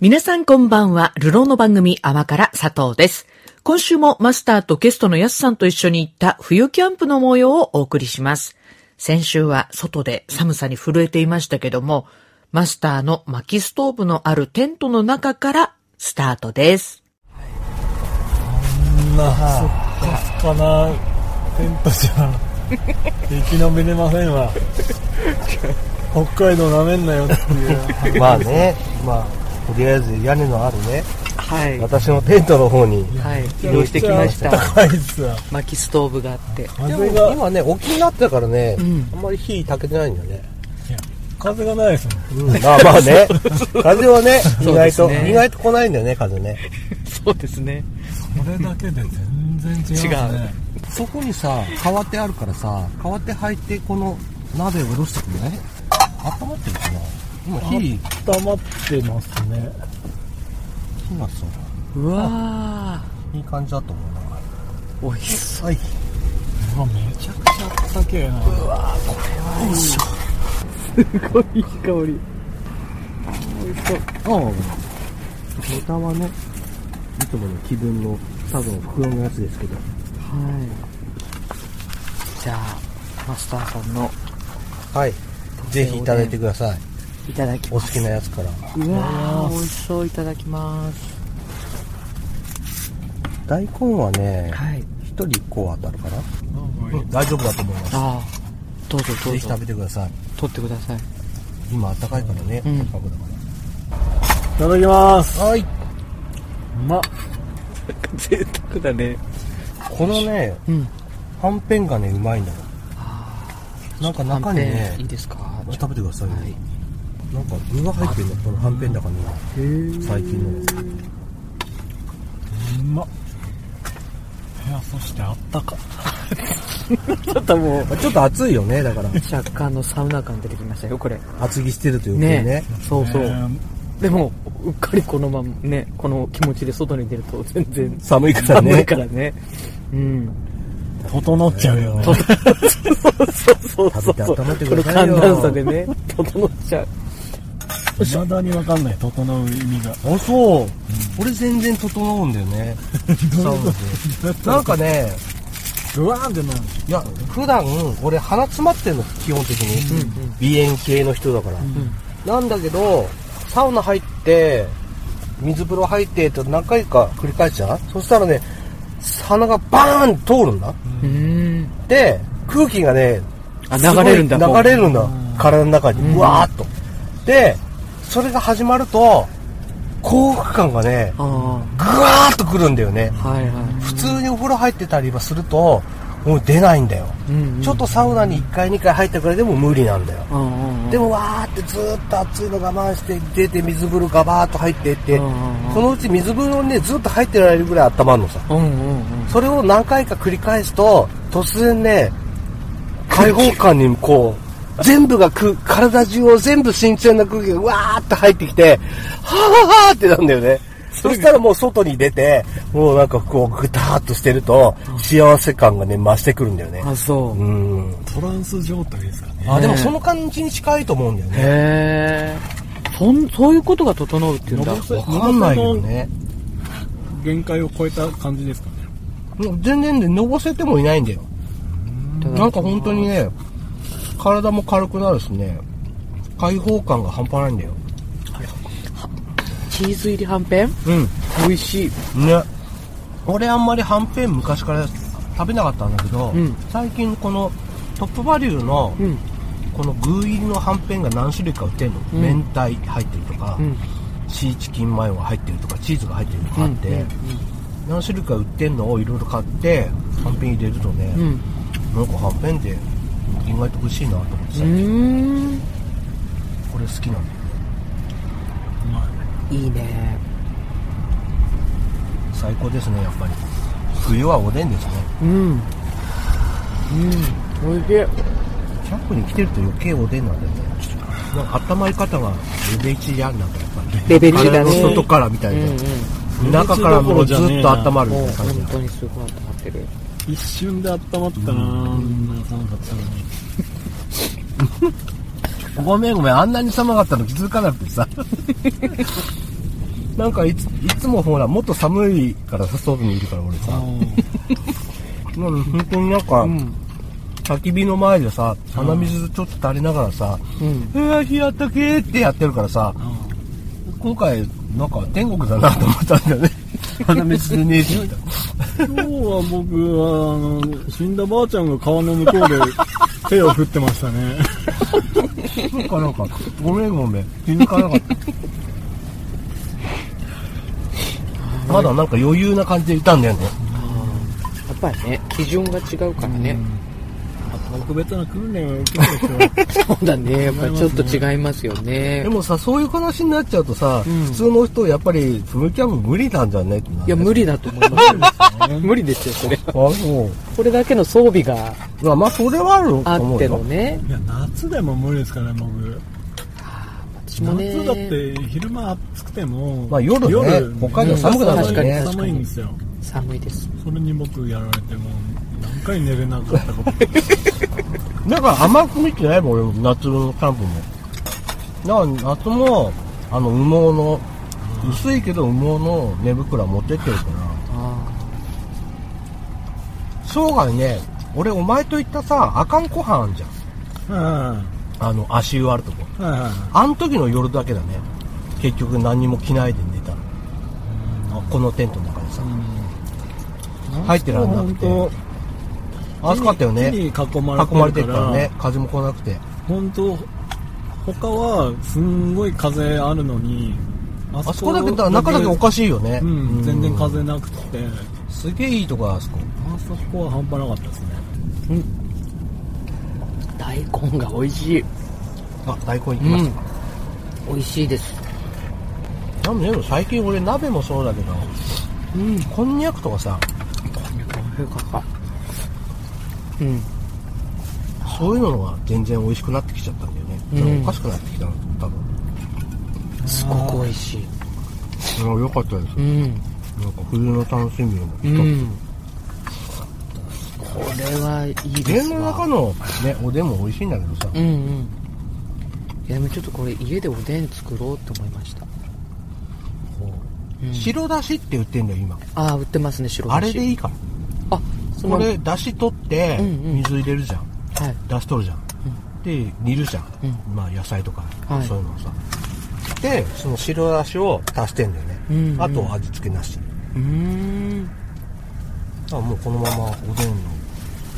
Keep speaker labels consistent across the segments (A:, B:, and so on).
A: 皆さんこんばんは。ルローの番組、泡から佐藤です。今週もマスターとゲストのやすさんと一緒に行った冬キャンプの模様をお送りします。先週は外で寒さに震えていましたけども、マスターの薪ストーブのあるテントの中からスタートです。
B: なそっかすかなテントじゃ生き延びれません わ北海道なめんなよっていう
C: まあね、まあ、とりあえず屋根のあるね、
A: はい。
C: 私のテントの方に。
A: はい。
B: 移動してきま した高いっすわ
A: 薪ストーブがあって。
C: で
B: 風
C: も
B: が
C: 今ね、沖になってからね、
A: ん
C: あんまり火焚けてないんだよね。
B: 風がないですもん
C: うん、まあまあ ね、風はね、意
A: そうで
C: 外
A: す
C: と、
A: ね
C: 意外と来ないんだよね、風ね。
A: そうですね。
B: これだけで全然違いますね
C: そこにさ、川手あるからさ、川手入ってこの鍋を下ろしてくんない温まってるかな今火、
B: 温まってますね
C: 火がさ、
A: うわ
C: いい感じだと思う
A: ー。
C: な。
A: 美味しそう。
C: はい。
B: うわめちゃくちゃあったけえな
A: いい香り。
C: ああ。ネタはね、いつもの気分の、多分袋のやつですけど。
A: はい。じゃあ、マスターさんの
C: はい。ぜひいただいてください。
A: いただき
C: お
A: ま
C: 好
A: す。
C: きなやつから。
A: うわー、美味しそういただきます。
C: 大根はね、
A: はい。
C: 一人一個当たるかな、
B: なんか
C: 大丈夫だと思います。
A: ああ、どうぞど
C: ぜ
A: う
C: ひ
A: ぞ
C: 食。べてください。
A: 取ってください。
C: 今暖かいからね、
A: うん
C: 暖かくだか
B: いただきます
C: ら。はい。
B: うまっ
A: 贅沢だね。
C: このね、
A: うん。
C: はんぺんがね、うまいんだよ。なんか中に
A: はん
C: ね
A: ぺんいい、ですか
C: あ食べてくださいよ。
A: はい
C: なんか具が入ってるんだよ、このはんぺんだからね。最近のやつ。
B: うまっいやそしてあったか
A: ちょっともう、
C: ちょっと暑いよね、だから。
A: 若干のサウナ感出てきましたよ、これ。
C: 厚着してるというね。
A: ね
C: ね
A: そうそう。
B: ね
A: でも、うっかりこのままね、この気持ちで外に出ると全然
C: 寒いからね。
A: 寒いからね。うん。
B: 整っちゃうよね
A: そうそうそう。
C: 食べて温まってくだ
A: こ
C: さい
A: の
C: よ
A: 寒暖差でね、整っちゃう。
B: いまだにわかんない整う意味が
C: あ、そう。俺全然整うんだ よね。サウナで。なんかね、
B: うわーでも
C: いや、普段、俺鼻詰まってんの、基本的に。鼻炎系の人だから。なんだけど、サウナ入って、水風呂入ってと何回か繰り返しちゃうそしたらね、鼻がバーン通るんだ。
A: うん。
C: で、空気がね、
A: あ
C: すごい
A: 流れるんだ
C: 流れるんだ。体の中に。うわーっと。で、それが始まると、幸福感がね、
A: あ
C: ぐわーっとくるんだよね。
A: あ、はいは
C: 普通にお風呂入ってたりはすると、もう出ないんだよ。
A: い。うん、うん。
C: ちょっとサウナに1回2回入ったくらいでも無理なんだよ。
A: うんうん
C: でもわーってずーっと暑いの我慢して出て水風呂ガバーっと入ってって、
A: うんうん
C: そのうち水風呂にねずっと入ってられるぐらい温まるのさ。
A: うんうんうん。
C: それを何回か繰り返すと、突然ね、開放感にこう、全部がく、体中を全部新鮮な空気がわーって入ってきて、はぁはぁってなんだよね。そしたらもう外に出て、もうなんかこうぐたーっとしてると、幸せ感がね、増してくるんだよね。
A: あ、そう
C: う。ん。
B: トランス状態ですかね
C: あ、でもその感じに近いと思うんだよね。
A: へえ。そん、そういうことが整うっていうんだ。
B: のぼせ
C: わかんないよね。
B: 限界を超えた感じですかね
C: もう全然ね、のぼせてもいないんだよ。なんか本当にね、体も軽くなるしね、開放感が半端ないんだよ。
A: チーズ入りはんぺん
C: う
A: 美味しい。
C: ん。ね。俺あんまりはんぺん昔から食べなかったんだけど、
A: うん
C: 最近このトップバリューの
A: うん。
C: この具入りのはんぺんが何種類か売ってんの。
A: うん
C: 明太入ってるとか、
A: うん。
C: シーチキンマヨが入ってるとか、チーズが入ってるとかあって、
A: うん
C: 何種類か売ってんのをいろいろ買って、はんぺん入れるとね、
A: うん。
C: なんかはんぺんで意外と美味しいなと思って
A: う
C: さ、
A: ん。
C: これ好きなんだよね。
A: いいね。
C: 最高ですね、やっぱり。冬はおでんですね。
A: うん。うん。おいしい。
C: キャンプに来てると余計おでんなんだよね。なんか温まり方がレベル1やんなんかやっぱり。
A: レベル1
C: 体
A: だ
C: の
A: ね
C: 外からみた
A: う
C: い
A: ん
C: な。
A: う
C: 中からもうずっと温まる
A: ん。
C: みた
A: も
C: いう
A: 本
C: な感じだ
A: 当にすごい温まってる。
B: 一瞬で温まったなあんな寒かったのに
C: ごめんごめん、あんなに寒かったの気づかなくてさ。なんかいついつもほらもっと寒いからさ外にいるから俺さなので本当になんか、
B: うん
C: 焚き火の前でさ鼻水ちょっと垂れながらさ「う
B: うん
C: わ日あったけ」ってやってるからさ、今回なんか天国だなと思ったんだ よね鼻水でねえって言った
B: 今日は僕はあの死んだばあちゃんが川の向こうで手を振ってましたね
C: なんかなんか、ごめんごめん。気づかなかった。 まだなんか余裕な感じでいたんだよね。
A: っぱりね、基準が違うからね。
B: 特別な訓練を受けた人は
A: そうだね。やっぱりちょっと違いますよね
C: で。もさ、そういう話になっちゃうとさ、普通の人、やっぱり、フルキャンプ無理なんじゃね
A: いや、
C: 理。
A: 無理だと思いますよ。 無理ですよ、それ。
C: あ、そ
A: これだけの装備が
C: う。まあ、まあ、それはあると
A: あ
C: 思
A: っ
C: う
A: て
C: よ
A: の。ね。
B: いや夏でも無理ですからね僕
A: 私もね。
B: 夏だって昼間暑くても、
C: まあ夜ね北海道
A: 寒くなる
B: うん
A: 確かに確かに
B: 寒いんですよ
A: 寒いです。
B: それに僕やられてもう何回寝れなかったか
C: だから甘く見てないもん、俺、夏のキャンプも。だから、夏も、あの、羽毛の、薄いけど羽毛の寝袋持ってってるから。
A: あ
C: 生涯ね、俺お前と行ったさ、あかん湖畔あんじゃ
B: う
C: ん。
B: ん
C: あの、足湯あるとこ。
B: はいはい
C: あん時の夜だけだね。結局何にも着ないで寝たの。あこのテントの中でさ。入ってらんなくて。
B: 本
C: 暑かったよ
B: 木に
C: ね。
B: 囲まれて
C: 囲まれて
B: る
C: る
B: か
C: かららね。風も来なくて。
B: 本当他はすんごい風あるのにあ
C: あそこだけ、だから中だけおかしいよね。
B: うん全然
C: うん
B: 風なくて
C: すげえいいとこだ、あそこ。
B: あそこは半端なかったですね
A: あ。大根が美味しい。
C: あ、大根行き
A: う
C: まし
A: ん
C: た。。
A: 美味しいです。
C: なんでも最近俺鍋もそうだけど、
A: うん。
C: こんにゃくとかさ、
A: よかった。うん。
C: そういうのが全然美味しくなってきちゃったんだよね。
A: うん
C: おかしくなってきたの、多分。
A: すごく美味しい。
C: あ良かったです。
A: うん。
C: なんか冬の楽しみの
A: う
C: 一つ。
A: ん。これはいいで
C: 家
A: す
C: の中
A: わ。
C: のね、おでんも美味しいんだけどさ、
A: うんうん。いや、でもちょっとこれ家でおでん作ろうと思いました。
C: こう
A: うん
C: 白だしって売ってんだよ、今。
A: ああ、売ってますね、白だし。
C: あれでいいから。
A: あ、その
C: これ、だし取って、
A: うんうん
C: 水入れるじゃん。
A: はい。
C: だし取るじゃん。で、煮るじゃん。まあ、野菜とか、
A: はい
C: そういうのをさ。で、その白だしを足してんだよね。
A: うんうん
C: あと味付けなし。
A: うーん。
C: だからもうこのままおでんの、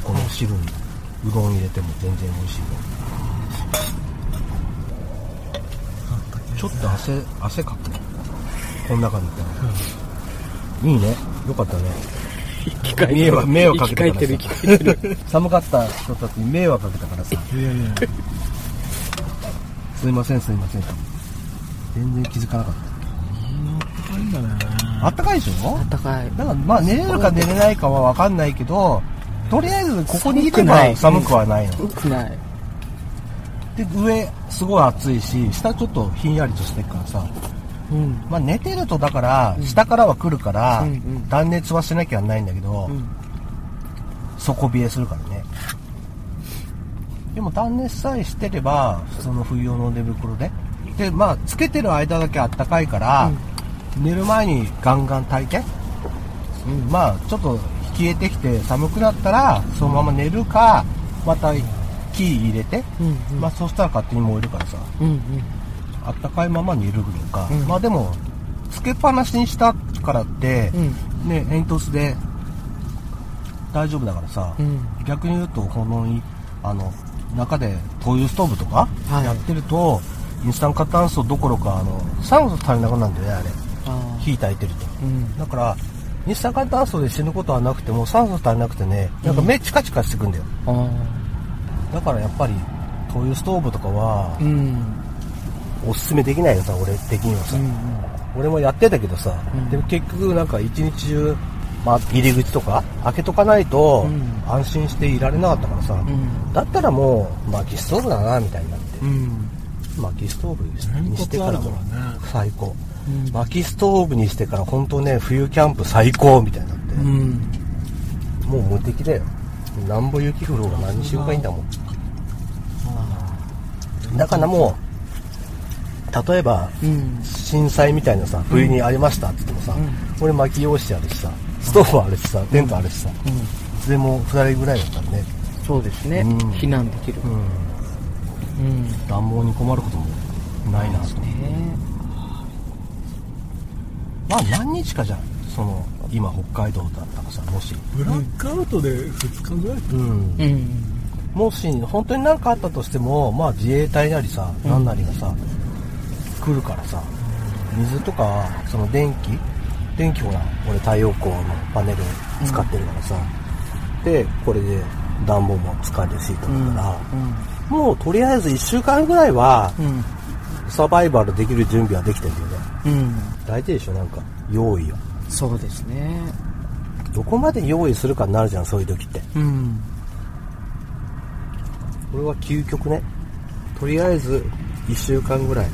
C: この汁に、うどん入れても全然美味しいよ。ちょっと汗、汗かくね。この中にいたら。いいね。よかったね。
A: 機械
C: 迷惑、迷惑かけたから
A: 生き
C: さ
A: 返ってる、生き返ってる。。
C: 寒かった人たちに迷惑かけたからさ。
B: いやいや
C: すいません、すいません。全然気づかなかっ
B: あんだね
C: た。あったかいでしょ
A: あったかい。
C: だからまあ寝れるか寝れないかはわかんないけど、とりあえずここにいれ
A: 寒
C: ば寒
A: く
C: くはないの。
A: うくない。
C: で上すごい暑いし下ちょっとひんやりとしてるからさ、
A: うん。
C: まあ、寝てるとだから下からは来るから
A: うんうん
C: 断熱はしなきゃないんだけど、
A: ん
C: 底冷えするからねでも断熱さえしてれば普通の冬用の寝袋ででまあつけてる間だけあったかいから、寝る前にガンガン炊いて、まあちょっと冷えてきて寒くなったらそのまま寝るかまた木入れて、
A: うんうん
C: まあそうしたら勝手に燃えるからさ
A: うんうん。
C: あったかいまま寝るのか、
A: うん
C: まあでもつけっぱなしにしたからって、
A: う
C: ね煙突で大丈夫だからさ、
A: うん
C: 逆に言うとこのいあの中で灯油ストーブとか
A: はい
C: やってると、インスタント炭素どころかあの酸素足りなくなるんだよねあれ
A: あ
C: 火焚いてると
A: あ。うん。
C: だからインスタント炭素で死ぬことはなくても酸素足りなくてねなんか目チカチカしてくんだよ、
A: あ
C: だからやっぱり灯油ストーブとかは
A: あ。うん。
C: おすすめできないよさ俺的にはさ、
A: うん。
C: 俺もやってたけどさ、
A: うん
C: でも結局なんか一日中、まあ、入り口とか開けとかないと
A: うん
C: 安心していられなかったからさ、
A: ん
C: だったらもう薪ストーブだなみたいになって
A: うん。
C: 薪ストーブにして
B: 煙突
C: か
B: ある
C: ら
B: からね
C: 最高、
A: うん
C: 薪ストーブにしてから本当ね冬キャンプ最高みたいになって、
A: うん。
C: もう無敵だよなんぼ雪降ろうが何しようがいいんだもんだからもう例えば、
A: うん
C: 震災みたいなさ冬にありましたって言ってもさ、俺巻き用紙あるしさストーブあるしさテントあるしさ、いつでも2人ぐらいだったらね
A: そうですね、
C: うん
A: 避難できる、うんね
C: 暖房に困ることもないなと、まあ何日かじゃんその今北海道だったらさもし、
B: ブラックアウトで2日ぐらい
C: うん、
A: えうん
C: もし本当に何かあったとしても、まあ、自衛隊なりさ何なりがさ、来るからさ水とかその電気電気ほら俺太陽光のパネル使ってるからさ、でこれで暖房も使えるしと思ったら、もうとりあえず1週間ぐらいは
A: うん
C: サバイバルできる準備はできてるよね
A: うん
C: 大事でしょなんか用意は
A: そうですね
C: どこまで用意するかになるじゃんそういう時って
A: うん
C: これは究極ねとりあえず1週間ぐらい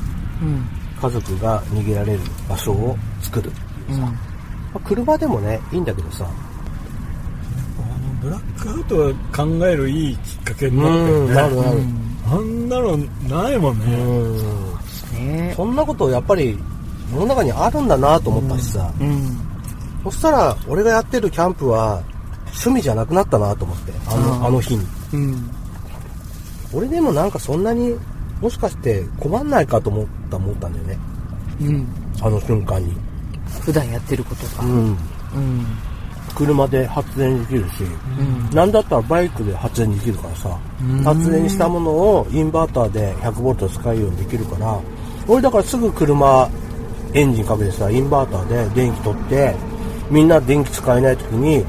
A: うん
C: 家族が逃げられる場所を作る、
A: うん
C: まあ車でもねいいんだけどさ
B: あのブラックアウトは考えるいいきっかけになったよね
C: なるなる
B: あんなのないもんね、
C: うん
A: ね
C: そんなことやっぱり世の中にあるんだなと思ったしさ、
A: うん
C: そしたら俺がやってるキャンプは趣味じゃなくなったなと思ってあの
A: あー
C: あの日に
A: うん
C: 俺でもなんかそんなにもしかして困んないかと思った思ったんだよね
A: うん
C: あの瞬間に、
A: 普段やってることが
C: ん、
A: うん
C: 車で発電できるし、
A: うん
C: なんだったらバイクで発電できるからさ、発電したものをインバーターで100ボルト使うようにできるから、俺だからすぐ車、エンジンかけてさ、インバーターで電気取って、みんな電気使えない時に、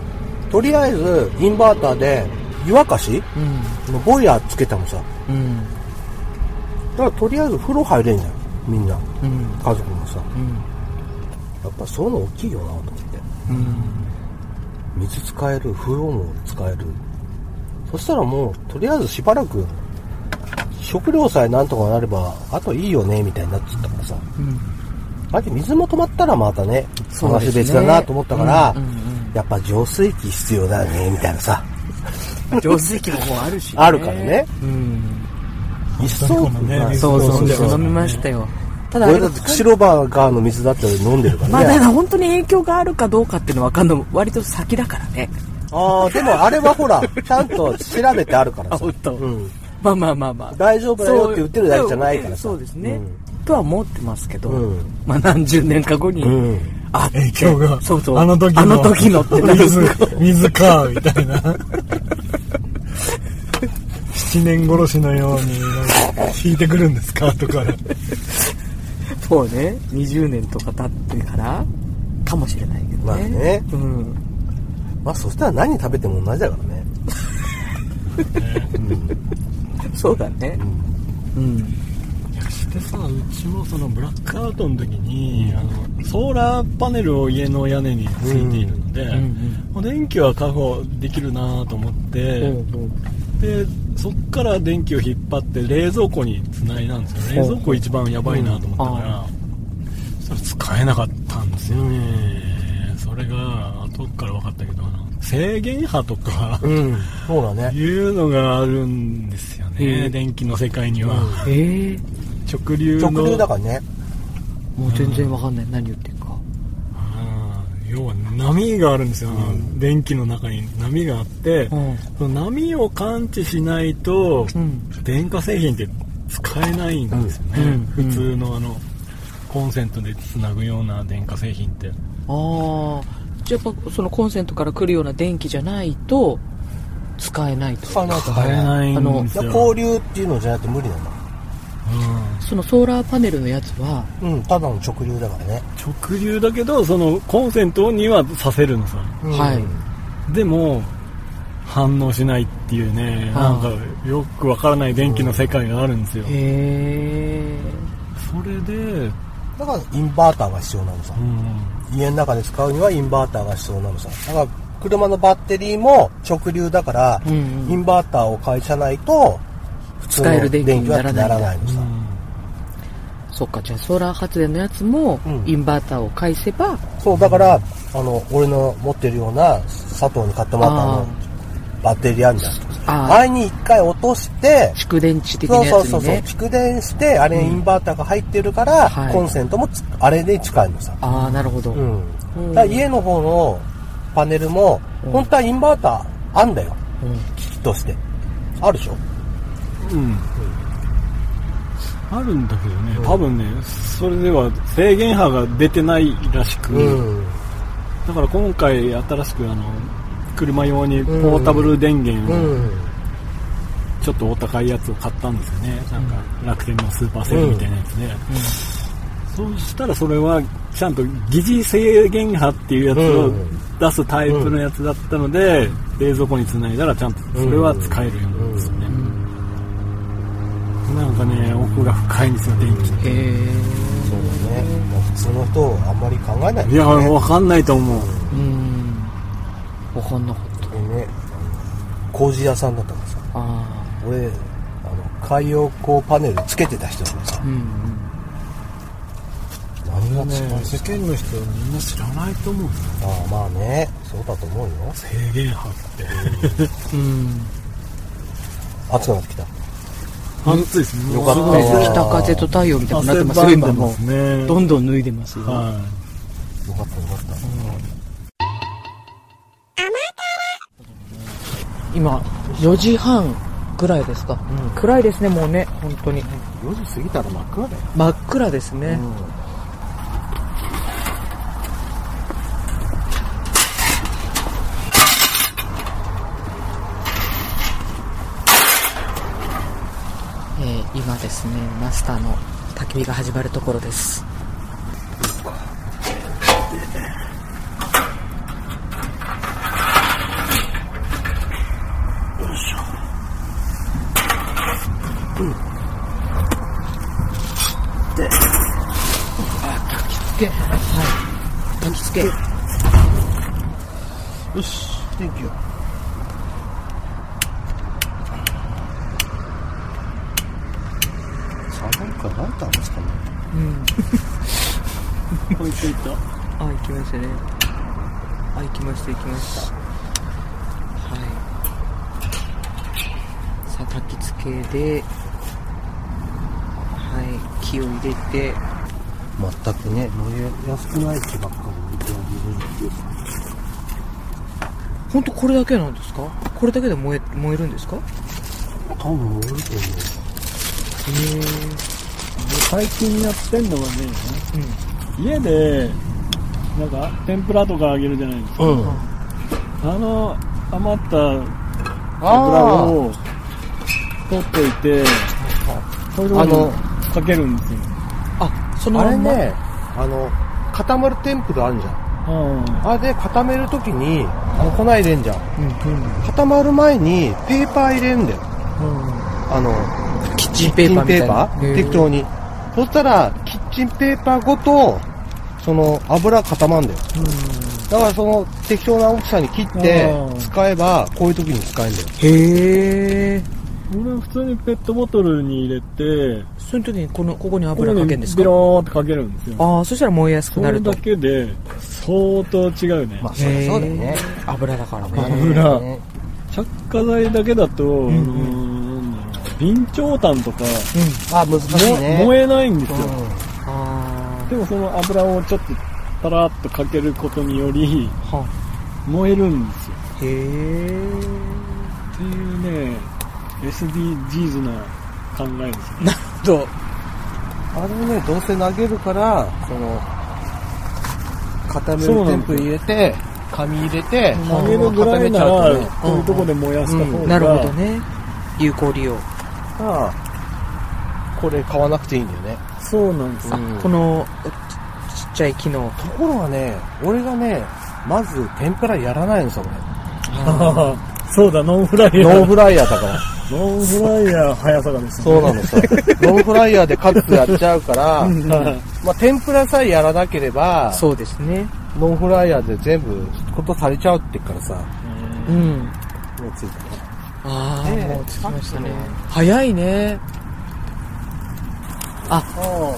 C: とりあえずインバーターで湯沸かし
A: うん
C: のボイラーつけたのさ、
A: うん
C: だからとりあえず風呂入れんじゃん、みんな。
A: うん
C: 家族もさ、
A: うん
C: やっぱそういうの大きいよなと思って。
A: うん
C: 水使える風呂も使えるそしたらもうとりあえずしばらく食料さえなんとかなればあといいよねみたいになっちゃったからさ
A: うん
C: あと水も止まったらまたね
A: そうで
C: 話
A: すね
C: 別だなと思ったから、
A: うんうんうん
C: やっぱ浄水器必要だねみたいなさ
A: 浄水器の方あるし、
C: あるからね
A: うん
C: 一層
B: そうだね水
A: そうそう
B: そう
A: そ
B: そうう
A: 飲みましたよただあ
C: 俺
A: れ
C: だ
A: が
C: って白バーガーの水だって飲んでるか
A: まあ
C: ら
A: だか
C: ね
A: ら本当に影響があるかどうかっていうのは分かんない割と先だからね
C: ああでもあれはほらちゃんと調べてあるから
A: あ
C: さ、
A: 本当
C: うん、
A: まあまあまあまあ
C: 大丈夫だよって言ってるだけじゃないからさ
A: そうですね、
C: うん
A: とは思ってますけど、
C: うん
A: まあ何十年か後に、
C: うん
A: あって
B: 影響が
A: そうそう
B: あの時の
A: あの時のってなる
B: 水水かみたいな7年殺しのようになんか引いてくるんですかとか
A: そうね20年とか経ってからかもしれないけどね,、
C: まあね
A: うん、
C: まあそしたら何食べても同じだからね
A: そうだねうん
B: してさうちもそのブラックアウトの時に、あのソーラーパネルを家の屋根についているので、
A: ん
B: お電気は確保できるなと思って、でそっから電気を引っ張って冷蔵庫につないだんですよ冷蔵庫一番やばいなと思ったから、それ使えなかったんですよね、それが後から分かったけどあの制限波とか
C: うん、そうだね。
B: いうのがあるんですよね、
A: うん
B: 電気の世界には、
A: えー、
B: 直流の
C: 直流だからね。
A: もう全然分かんない何言ってるか
B: うん要は波があるんですよ、電気の中に波があって、
A: うん
B: その波を感知しないと、
A: うん
B: 電化製品って使えないんですよね、
A: うん
B: 普通のあのコンセントでつなぐような電化製品って
A: ああじゃあやっぱそのコンセントから来るような電気じゃないと使えないと
C: 使えないと
B: 買え
C: い。
B: ないんですよ
C: 交流っていうのじゃなくて無理なんだ。
A: そのソーラーパネルのやつは
C: うん、ただの直流だからね。
B: うん、直流だけどそのコンセントにはさせるのさ
C: うん
A: はい
B: でも反応しないっていうねなんかよくわからない電気の世界があるんですよ、
A: へえ
B: それで、うん、
C: だからインバーターが必要なのさ。家の中で使うにはインバーターが必要なのさ。だから車のバッテリーも直流だから、
A: うんうん
C: インバーターを返さないと、普通
A: 使える
C: の
A: 電
C: 電
A: 気
C: 気
A: にな
C: は
A: らない
C: ならないのさ。
A: そっかじゃあソーラー発電のやつも
C: うん
A: インバーターを返せば、
C: そう、だから、あの、俺の持ってるような佐藤に買ってもらったあ
A: あ
C: の、バッテリーあるじゃん。
A: あ
C: あれに一回落として、
A: 蓄電池的な
C: そう
A: や
C: そ
A: つ
C: うそ
A: に
C: うそう
A: ね。
C: 蓄電してあれインバーターが入ってるから、
A: はい
C: コンセントもつあれで使えるのさ、
A: ああ、なるほど。
C: うん
A: うん
C: だから家の方のパネルも、
A: うん
C: 本当はインバーターあんだよ
A: うん
C: 機器としてあるでしょ
B: うんあるんだけどね、多分ね、それでは制限波が出てないらしく、
C: うん
B: だから今回新しくあの、車用にポータブル電源
C: う
B: を
C: ん
B: ちょっとお高いやつを買ったんですよね。なんか楽天のスーパーセールみたいなやつで。そうしたらそれはちゃんと疑似制限波っていうやつ
C: う
B: を
C: ん
B: 出すタイプのやつだったので、冷蔵庫につないだらちゃんとそれは使えるようになるんですよね。なんかね、奥が深いんですよ、電気って。
A: へえ。
C: そうだねもう普通の人あんまり考えない
B: いや、わかんないと思う。
A: うん。わかんなかった。
C: 俺ね工事屋さんだったからさ
A: あ
C: 俺あの海洋光パネルつけてた人だからさ
A: あ。うんうん。
C: 何が違う
B: 世間の人はみんな知らないと思う。
C: ああまあねそうだと思うよ
B: 制限波って。
A: うん。
C: 暑くなってきた
B: 暑いですね。
C: よかった
A: す
C: わ
A: ごいです北風と太陽みたいになってますよ、
B: 汗ば
A: 今
B: んでま
A: も
B: すね
A: う。どんどん脱いでますよ。
B: は
C: よかったよかった、
A: 今、4時半ぐらいですか。暗いですね、もうね、本当に。
C: 4時過ぎたら真っ暗だよ
A: 真っ暗ですね。えー今ですね、マスターの焚き火が始まるところです。つけ、はい。焚きつけ。
C: よし天気よ寒いからライターですかね
B: い。もう一回行っ
A: あ、行きましたね。あ、行きました、行きました。はい。さあ、焚き付けで、はい、木を入れて、
C: 全くね燃えやすくない木ばっかり置いてあげる
A: ほんとこれだけなんですかこれだけで燃え、燃えるんですかへ
C: 多分燃えると思う
A: え。
B: た。最近やってんのがね、
A: うん。
B: 家で、なんか、天ぷらとかあげるじゃないですか。
C: うん
B: あの、余った天ぷら
C: あ
B: を取っといて、こういう
C: あ
B: の
C: の
B: かけるんですよ。
A: あ、そ
C: あ
A: の
C: あ
A: ま
C: れ
A: んま。
C: ねあの固まるテンプルあるじゃん
B: あ
C: あれで固めるときにあの粉入れんじゃん
A: うん、うん、
C: 固まる前にペーパー入れんだよ
A: うん。
C: あの
A: キッチンペーパーみたいな。
C: キッチンペーパー適当にそしたらキッチンペーパーごとその油固まるんだよだからその適当な大きさに切って
B: うん
C: 使えばこういう時に使えるんだよ
A: へえ。
B: 俺は普通にペットボトルに入れて、
A: その時にこの、ここに油かけるんです
B: ビ
A: か
B: ローってかけるんですよ。
A: ああ、そしたら燃えやすく
B: そ
A: な
B: れ
A: ると
B: だ。けで、相当違うね。
C: まあそりゃそうだよ
A: へ
C: ね
A: ー。油だからね。
B: 油
C: ね
B: 着火剤だけだと、
A: ん
B: あのなんだろう備長炭とか、
A: うん。
C: あ難しいね
B: も燃えないんですよ、
C: う
A: あ
B: でもその油をちょっとパラッとかけることにより
A: あ。は
B: 燃えるんですよ
A: へえ。
B: っていうね SDGs な考えですね
A: なるほど。
C: あれをねどうせ投げるからその固め
B: そう
C: る
B: なんだ
C: テンプル入れて紙入れて
B: 投げるぐらいな
C: 固めちゃうと
B: ら
C: ね
B: こういうとこで燃やした方
A: なるほど
B: が
A: ね。有効利用。
C: ああこれ買わなくていいんだよね、
B: そうなんですよ
C: うん
A: この、ちちっちゃい機能。
C: ところがね俺がねまず天ぷらやらないのさ
B: そうだノンフライ
C: 俺
B: ヤ
C: ノン
B: ー
C: フライヤーだから
B: ノンフライヤー速さがですね
C: そうなのさノンフライヤーでカツやっちゃうから、
B: はい
C: まあ、天ぷらさえやらなければ
A: そうですね。
C: ノンフライヤーで全部ことされちゃうってからさ
A: うん。
C: もうついた
A: ああ、
C: ねえ
A: もうつきましたね。早いね。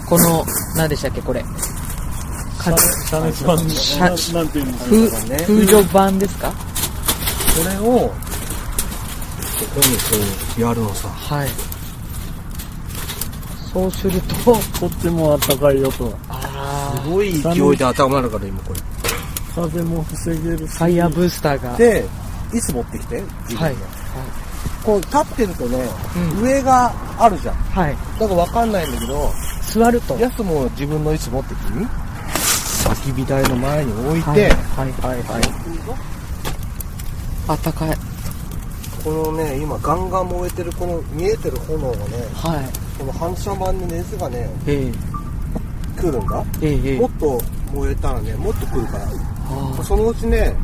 A: この、何でしたっけ、これ。か
B: シャネスパン
A: シ
B: な
A: ャ
B: なんていうんですか
A: 風
C: そうだね
A: 風除版ですか
C: それをここにこうやるのさ
A: はい。そうすると、
B: とってもあったかいよと
A: あ
C: すごい勢いで頭だから今これ
B: 風も防げるし
A: ー、ファイヤーブースターが。は
C: で椅子持ってきて自分で、
A: はい。
C: こう立ってるとね、
A: う
C: 上があるじゃん
A: はい。
C: だから分かんないんだけど
A: 座ると。
C: やすも自分の椅子持ってきて焚き火台の前に置いて、
A: はいはいはい。あったかい。
C: このね今ガンガン燃えてるこの見えてる炎がね
A: はい。
C: この反射板に熱がね
A: ええ
C: 来るんだ、
A: ええええ
C: もっと燃えたらねもっと来るから、
A: あ
C: そのうちね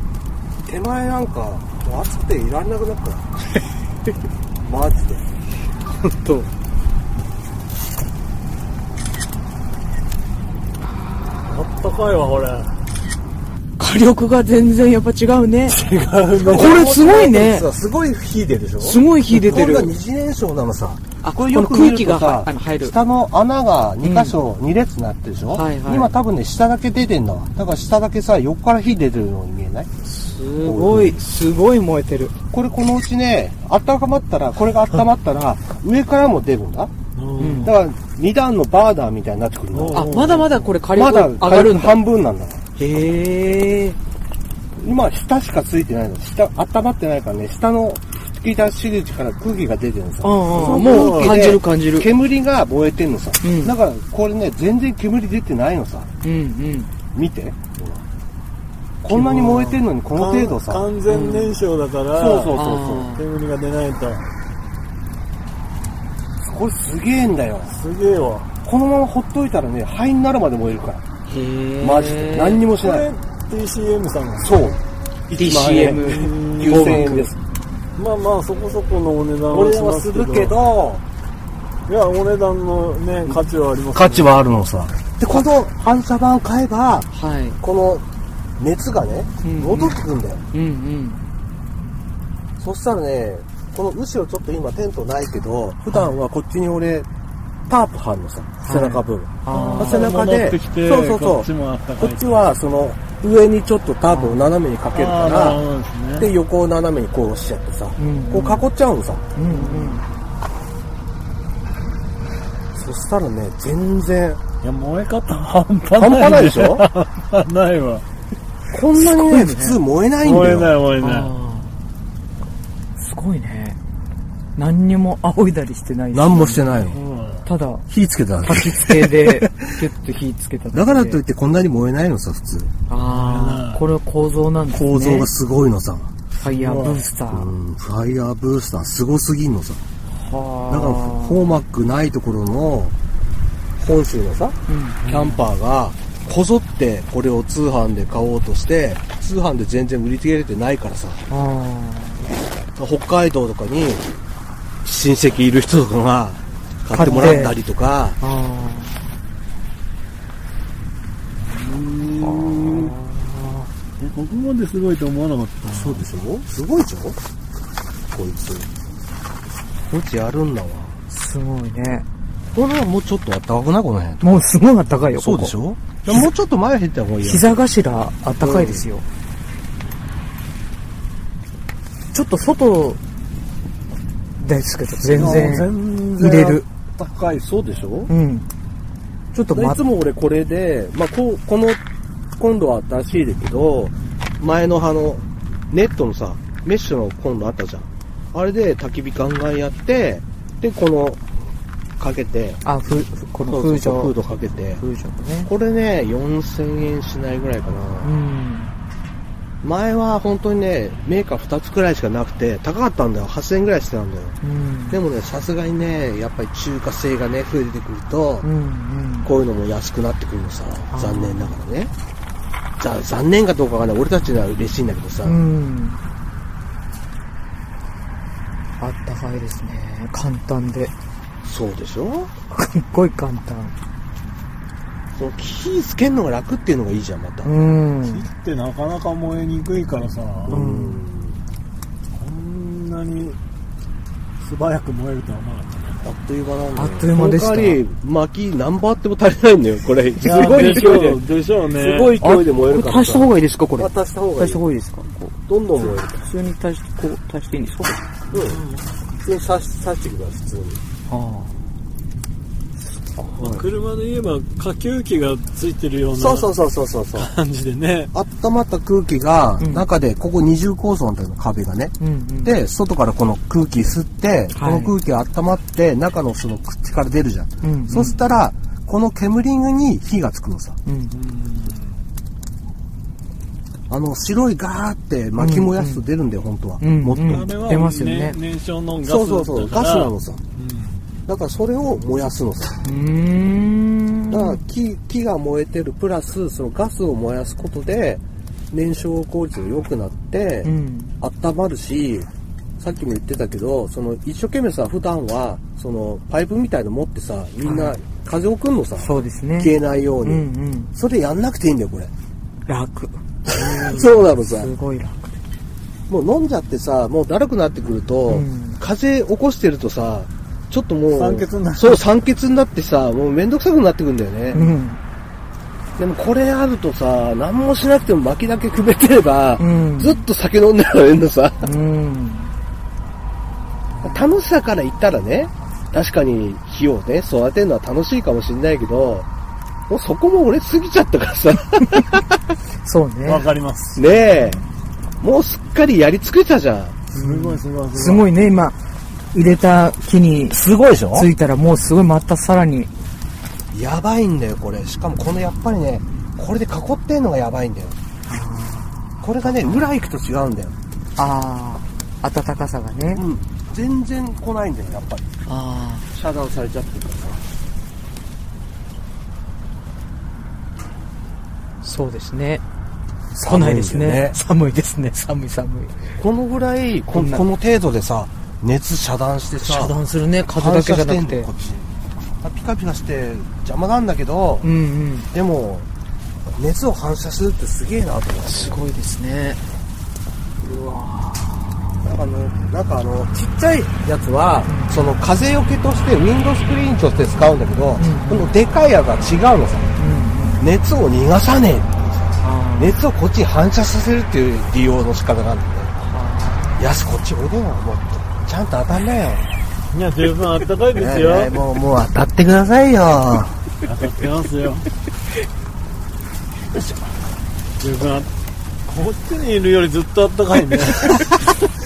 C: 手前なんかもう熱くていられなくな ったマジで
A: ーと。
B: あったかいわこれ
A: 火力が全然やっぱ違うね。
C: こ
A: れすごいね
C: すごい火出るでしょ
A: すごい火出てる
C: これ。が二次燃焼なのさ
A: あ
C: これよく見ると
A: この空気が
C: さ
A: あの入る
C: 下の穴が2箇所2列になってるでしょ、
A: はいはい
C: 今多分ね下だけ出てんだわだから下だけさ横から火出てるように見えない
A: すごい、すごい燃えてる。
C: これこのうちね温まったらこれが温まっ たら上からも出るんだ
B: うん
C: だから2段のバーナーみたいになってくるの
A: あ、まだまだこれ火
C: ま
A: 力
C: だ
A: 上がるんだ。
C: 半分なんだ
A: へえ。
C: 今下しかついてないの下温まってないからね下の吹き出し口から空気が出てるんです
A: う
C: よ
A: んうん。
C: その
A: もう
C: 空
A: 感
C: 気
A: じ
C: で
A: る感じる。
C: 煙が燃えてんのさ、
A: うん
C: だからこれね全然煙出てないのさ
A: うんうん。
C: 見てほらこんなに燃えてんのにこの程度さ
B: 完全燃焼だから、
C: そうそうそう
A: あ
B: 煙が出ないと
C: そうこれすげえんだよ
B: すげえわ
C: このままほっといたらね灰になるまで燃えるから
A: へえ。
C: マジで何にもし
B: こ
C: な
B: れ
C: い
B: TCM さんが
C: そう
A: DCM
C: 9000円です
B: まあまあそこそこのお値段
C: こ
B: は
C: れ
B: しま
C: は
B: す
C: す
B: けど
C: るけど
B: いやお値段のね価値はあります、ね、
C: はあるのさでこの反射板を買えば
A: はい。
C: この熱がね
A: うん
C: 戻ってくるんだよ、
A: うんうん。
C: そしたらねこの後ろちょっと今テントないけど普段はこっちに俺タープ貼るのさ背中部分、
A: あー
C: 背中で
B: 戻ってきて
C: そうそうそう
B: こっちもあったか
C: こ
B: い
C: っちはその上にちょっとタープを斜めにかける
B: あーなる
C: か
B: ほどです
C: ら
B: ね
C: で横を斜めにこう押しちゃってさ、
A: うん
C: こう囲っちゃうのさ
A: うんうん。
C: そしたらね全然
B: いや燃え方半
C: 半
B: 端ない
C: 端ないでし ょ
B: 半端ないわ
C: こんなにね
A: すごいね
C: 普通燃えないんだ
B: 燃え
C: よ
B: ない燃えない
A: あーすごいね。何にも仰いだりしてないし
C: 何もしてない
B: う
C: の
B: ん
A: ただ、
C: 火つけただ
A: 焚き付けで、ギュッと火つけただけで
C: だからといってこんなに燃えないのさ普通
A: ああ、これは構造なんですね。
C: 構造がすごいのさ、
A: ファイヤーブースター。
C: うん、ファイヤーブースターすごすぎんのさだから
A: は
C: フォーマックないところの本州のさ
A: あ。うん。
C: キャンパーがこぞってこれを通販で買おうとして通販で全然売り切れてないからさ
A: あ
C: 北海道とかに親戚いる人とかが買ってもらったりとか
A: あ。あ
B: えここまですごいと思わなかっ
C: そうでしょすごいでしょこいつこいつやるんだわ
A: あ。すごいね。
C: これはもうちょっとあったかくないこの辺
A: もうすごいあったかいよ、
C: そうでし
A: ょ
C: ょもうちょっと前減った方がいいよ
A: 膝頭あったかいですよ。ちょっと外ですけど、全然。
B: 全
A: 然入れる
C: 高いそうでしょ
A: うん。ちょっと
C: い
A: ま
C: つ、も俺これで、まあ、こうこの今度は新しいだけど前のあのネットのさメッシュのコンロあったじゃんあれで焚き火ガンガンやってでこのかけて
A: あ、ふ、ふこの
C: そう
A: 風
C: そうフ
A: 情。
C: ードかけて
A: 風情ね。
C: これね4000円しないぐらいかな、
A: うん。
C: 前は本当にねメーカー2つくらいしかなくて高かったんだよ8000円ぐらいしてたんだよ
A: うん。
C: でもねさすがにねやっぱり中華製がね増えてくると、
A: うんうん。
C: こういうのも安くなってくるのさ
A: あ、ー
C: 残念ながらね。ざ残念かどうかがね、俺たちには嬉しいんだけどさ、
A: うん。あったかいですね。簡単で。
C: そうでしょ
A: すっごい簡単。
C: その火つけるのが楽っていうのがいいじゃん、また。
A: うん。
B: た火ってなかなか燃えにくいからさ、
A: ん
B: こんなに素早く燃えるとは思わなかったね
C: あっという間なんだよ。
A: あっという間でした
C: その代わり、薪何本あっても足りないんだよ、これ。すごい
B: でし
C: 勢いで
B: ょ。うでしょうね
C: すごい勢いで燃える
A: こ
C: か
A: れ
C: ら
A: 足した
C: さ。
A: 方がいいですかこれ。
C: あ足した方がいい
A: 足した方がいいですかこう。
C: どんどん燃えるから。
A: 普通に足し、こう足していいんですか
C: うん。で、刺し、刺してください、普通に。
A: は
B: まあ車で言えば可給機がついてるよう
C: そ
B: な
C: うそうそうそうそうそう。
B: 感じでね
C: 温まった空気が
A: うん
C: 中で、ここ二重構造の時の壁がね、
A: あ。うんうん。、
C: で、外からこの空気吸って、こ
A: はい
C: の空気が温まって、中のその口から出るじゃん。
A: うんうん
C: そしたら、この煙に火がつくのさ。
A: うん。
C: あの、白いガーって巻き燃やすと出るんだよ、本当は。
A: うん
C: もっと。
A: うん
B: あれは
A: 出ますよね
B: ね燃焼のガスだ
C: そ
B: ったから
C: うそうそう、ガスなのさ。
B: う
C: だからそれを燃やすのさ。
A: うーん。
C: だから木木が燃えてるプラスそのガスを燃やすことで燃焼効率が良くなって、
A: うん。
C: 温まるしさっきも言ってたけどその一生懸命さ普段はそのパイプみたいの持ってさみんな風送るのさ、
A: そうですね。
C: 消えないよう
A: うん
C: に、
A: うん。
C: それやんなくていいんだよこれ、
A: 楽。
C: そうなのさ
A: すごい楽。
C: もう飲んじゃってさもうだるくなってくると、
A: うん
C: 風起こしてるとさちょっともう
B: 酸欠になる
C: そう酸欠になってさもうめんどくさくなってくんだよね、
A: うん。
C: でもこれあるとさ、何もしなくても薪だけくべてれば、
A: うん
C: ずっと酒飲んでられるのさ。
A: うん。
C: 楽しさから言ったらね、確かに火をね、育てるのは楽しいかもしんないけど、もうそこも俺過ぎちゃったからさ、
A: そうん
B: わ
A: ね。
B: かります
C: ねえ、もうすっかりやり尽くしたじゃん。
B: すごいすごい
A: す
B: い
A: ごいね、今、入れた木に
C: すごいでしょ
A: ついたらもうすごいまたさらに。
C: やばいんだよ、これ。しかもこのやっぱりね、これで囲ってんのがやばいんだよ。これがね、裏行くと違うんだよ。
A: ああ、暖かさがね。
C: ん。全然来ないんだよ、やっぱり。
A: あ
C: 遮断されちゃってるからさ。
A: あ、そうですね。来
C: 来
A: ないですね。寒いですね。寒い寒い。
C: このぐらいこ
A: こんな
C: この程度でさ熱遮断してさ
A: 遮断するね、風
C: 反
A: だ
C: 射
A: けじゃ
C: して
A: なんく
C: だよ
A: て
C: こ。っちあピカピカして邪魔なんだけど、
A: うんうん。
C: でも熱を反射するってすげえなと思って
A: すごいですね。
C: なんかあのなんかあのちっちゃいやつは、その風よけとしてウィンドスクリーンとして使うんだけど、このでかいやつは違うのさ
A: うんうん。
C: 熱を逃がさねえっていうさ
A: あ
C: 熱をこっちに反射させるっていう利用の仕方があるんだよねやすこっちおいでよもうちゃんと当たんなよ
B: いや十分あったかいですよ
C: ねえもう、もう当たってくださいよ。
B: 当たってますよ十分あこっちにいるよりずっとあったかいね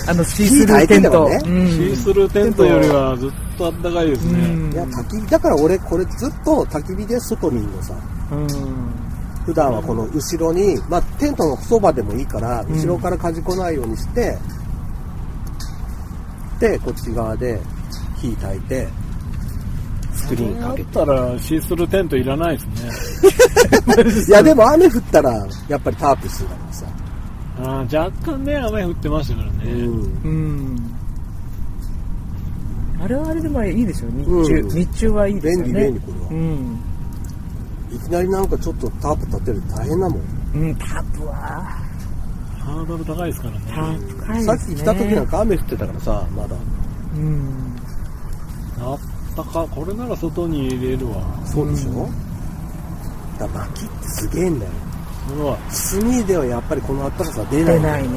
A: ああの、シースルーテント。
C: 火焚いてた
B: シースルーテントよりはずっとあったかいです
A: う
B: ね
A: ん。
C: いや、焚き火、だから俺これずっと焚き火で外にいるのさ。
A: うん。
C: 普段はこの後ろに、まあ、テントのそばでもいいから、
A: ん
C: 後ろからかじこないようにして、で、こっち側で火焚いて、スクリーン
B: だ
C: か
B: っ
C: けて。
B: たらシースルーテントいらないですね
C: いや、でも雨降ったら、やっぱりタープするからさ。
B: あー若干ね雨降ってましたから
C: う
B: ね
C: ん。
A: うん。あれはあれでもいいですよ、日中。
C: うん
A: 日中はいいですよ
C: 便利
A: ね。
C: 便利これは。
A: うん。
C: いきなりなんかちょっとタープ立てると大変だもん。
A: うん、タープは、
B: ハードル高いですからね
A: 高いですね。
C: さっき来た時なんか雨降ってたからさ、まだ。
A: うん。
B: あったかこれなら外に入れるわ
C: そうでしょ、だから薪ってすげえんだよ。
B: すごい
C: 炭ではやっぱりこのあったかさ出ない。
A: 出ないね。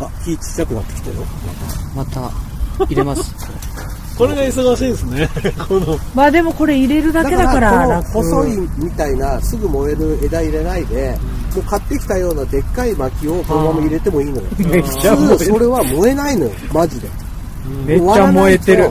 C: あ、火ちっちゃくなってきたよ。
A: また、入れます。
B: これが忙しいですねこの
A: まあでもこれ入れるだけだから楽。
C: この細いみたいな、すぐ燃える枝入れないで、もう買ってきたようなでっかい薪をこのまま入れてもいいのよ。
A: めっちゃ
C: 普
A: 燃
C: 通
A: え
C: それは燃えないのよ、マジで。
A: めっちゃ燃えてる。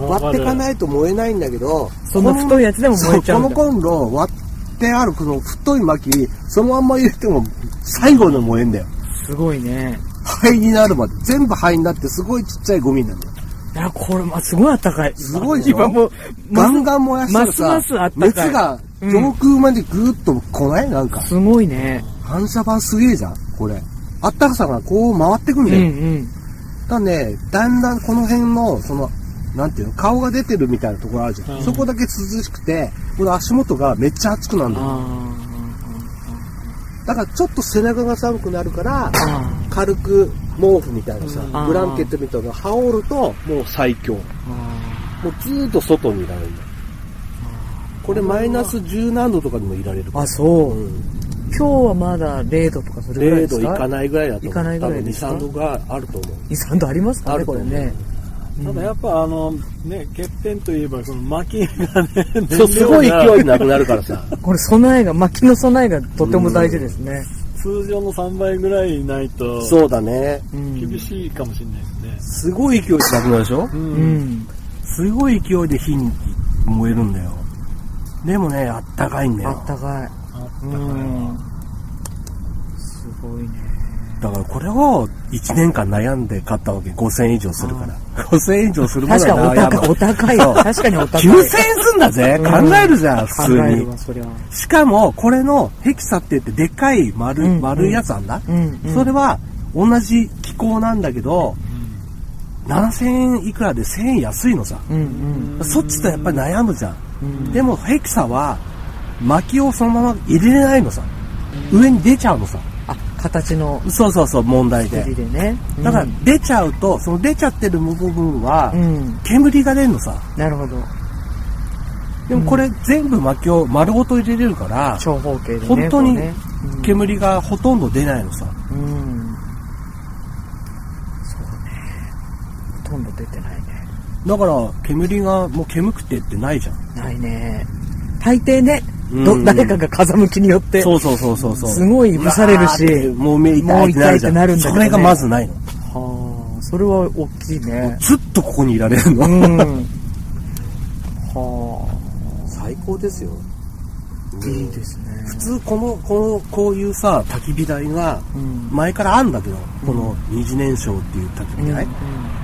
C: 割ってかないと燃えないんだけど、
A: その太いやつでも燃えちゃうんだ
C: そこのコンロ割ってあるこの太い薪、そのまんま入れても最後の燃えんだよ。
A: すごいね。
C: 灰になるまで。全部灰になってすごいちっちゃいゴミになるんだよ。
A: いや、これ、ま、すごい暖かい。
C: すごいでしょ
A: 今もう、
C: ガンガン燃やしたらさ、
A: ますますあったかい
C: 熱が上空までぐーっと来ない、なんか。
A: すごいね。
C: 反射板すげえじゃんこれ。あったかさがこう回ってくん
A: うん
C: だ
A: う
C: よ。
A: ん。
C: ただね、だんだんこの辺の、その、なんていうの、顔が出てるみたいなところあるじゃん。
B: うん
C: そこだけ涼しくて、この足元がめっちゃ熱くなるんだよ。
A: あ
C: だからちょっと背中が寒くなるから、
A: ーあ
C: 軽く毛布みたいなさ、
B: うん
C: ブランケットみたいなのを羽織ると、もう最強。も
A: ー。あ
C: うずーっと外にいられるんだよ。これマイナス十何度とかにもいられる
A: ーあ、そうう。
C: ん
A: 今日はまだ0度とかそれぐらいで
C: 0
A: す
C: 度
A: か
C: いかないぐらいだと思う。
A: いかないぐらい
C: 多分
A: で
C: 2、
A: すか
C: 3度があると思う。
A: 23度ありますか
C: あ
A: ね
C: ると
A: これ
C: 思う
A: ね
B: ただやっぱあの、ね、欠点といえば、その薪がね、
C: そう、すごい
B: 燃料が
C: 勢いなくなるからさ。
A: これ備えが薪の備えがとても大事ですね
B: 通常の3倍ぐらいないと、
C: そうだね。
A: うん
B: 厳しいかもしれないですね。
C: すごい勢いでなくなるでしょ
B: う。
A: うんん
C: すごい勢いで火に燃えるんだよ。でもね、あったかいんだ
A: あ
C: よ
A: っ。たかい
B: あったかい
A: うんすごいね
C: だからこれを1年間悩んで買ったわけ。5000円以上するから。5000円以上するもの
A: 確かにお
C: は
A: 高いお高い
C: そう
A: 確かにお高い
C: 9000円すんだぜ
A: うん
C: 考えるじゃん、普
A: 考
C: 通
A: える
C: に。
A: わそりゃ
C: しかも、これのヘキサって言ってでっかい丸
A: うんう
C: い、
A: ん
C: 丸いやつあんだ
A: うんうん
C: それは同じ気候なんだけど、7000円いくらで1000円安いのさ。
A: うんうん
C: そっちとやっぱり悩むじゃん。
A: うん
C: でもヘキサは薪をそのまま入れれないのさ。上に出ちゃうのさ。
A: あ形の
C: そうそうそう、問題で
A: 筋。でね
C: だから出ちゃうと、その出ちゃってる部分は
A: う、ん
C: 煙が出るのさ。
A: なるほど
C: でもこれ全部薪を丸ごと入れれるから、
A: 長方形でね
C: 本当に
A: こうねうん
C: 煙がほとんど出ないのさ。
A: うんそうねほとんど出てないね
C: だから煙がもう煙くてってないじゃん。
A: ないね大抵ね
C: う
A: ど
C: ん
A: 誰かが風向きによって
C: そうそうそうそうそう。
A: すごいぶされるし
C: うわーってもう目痛いってなるじゃん。
A: もう痛いってなるんだけど
C: そ
A: ね
C: れがまずないの。
A: はあそれは大きいね
C: ずっとここにいられるの。
A: うんは
C: 最高ですよ。
A: あいいですね
C: 普通この、この、こういうさ、焚き火台が、
A: うん
C: 前からあんだけど、この二次燃焼っていう焚き火台。
A: うん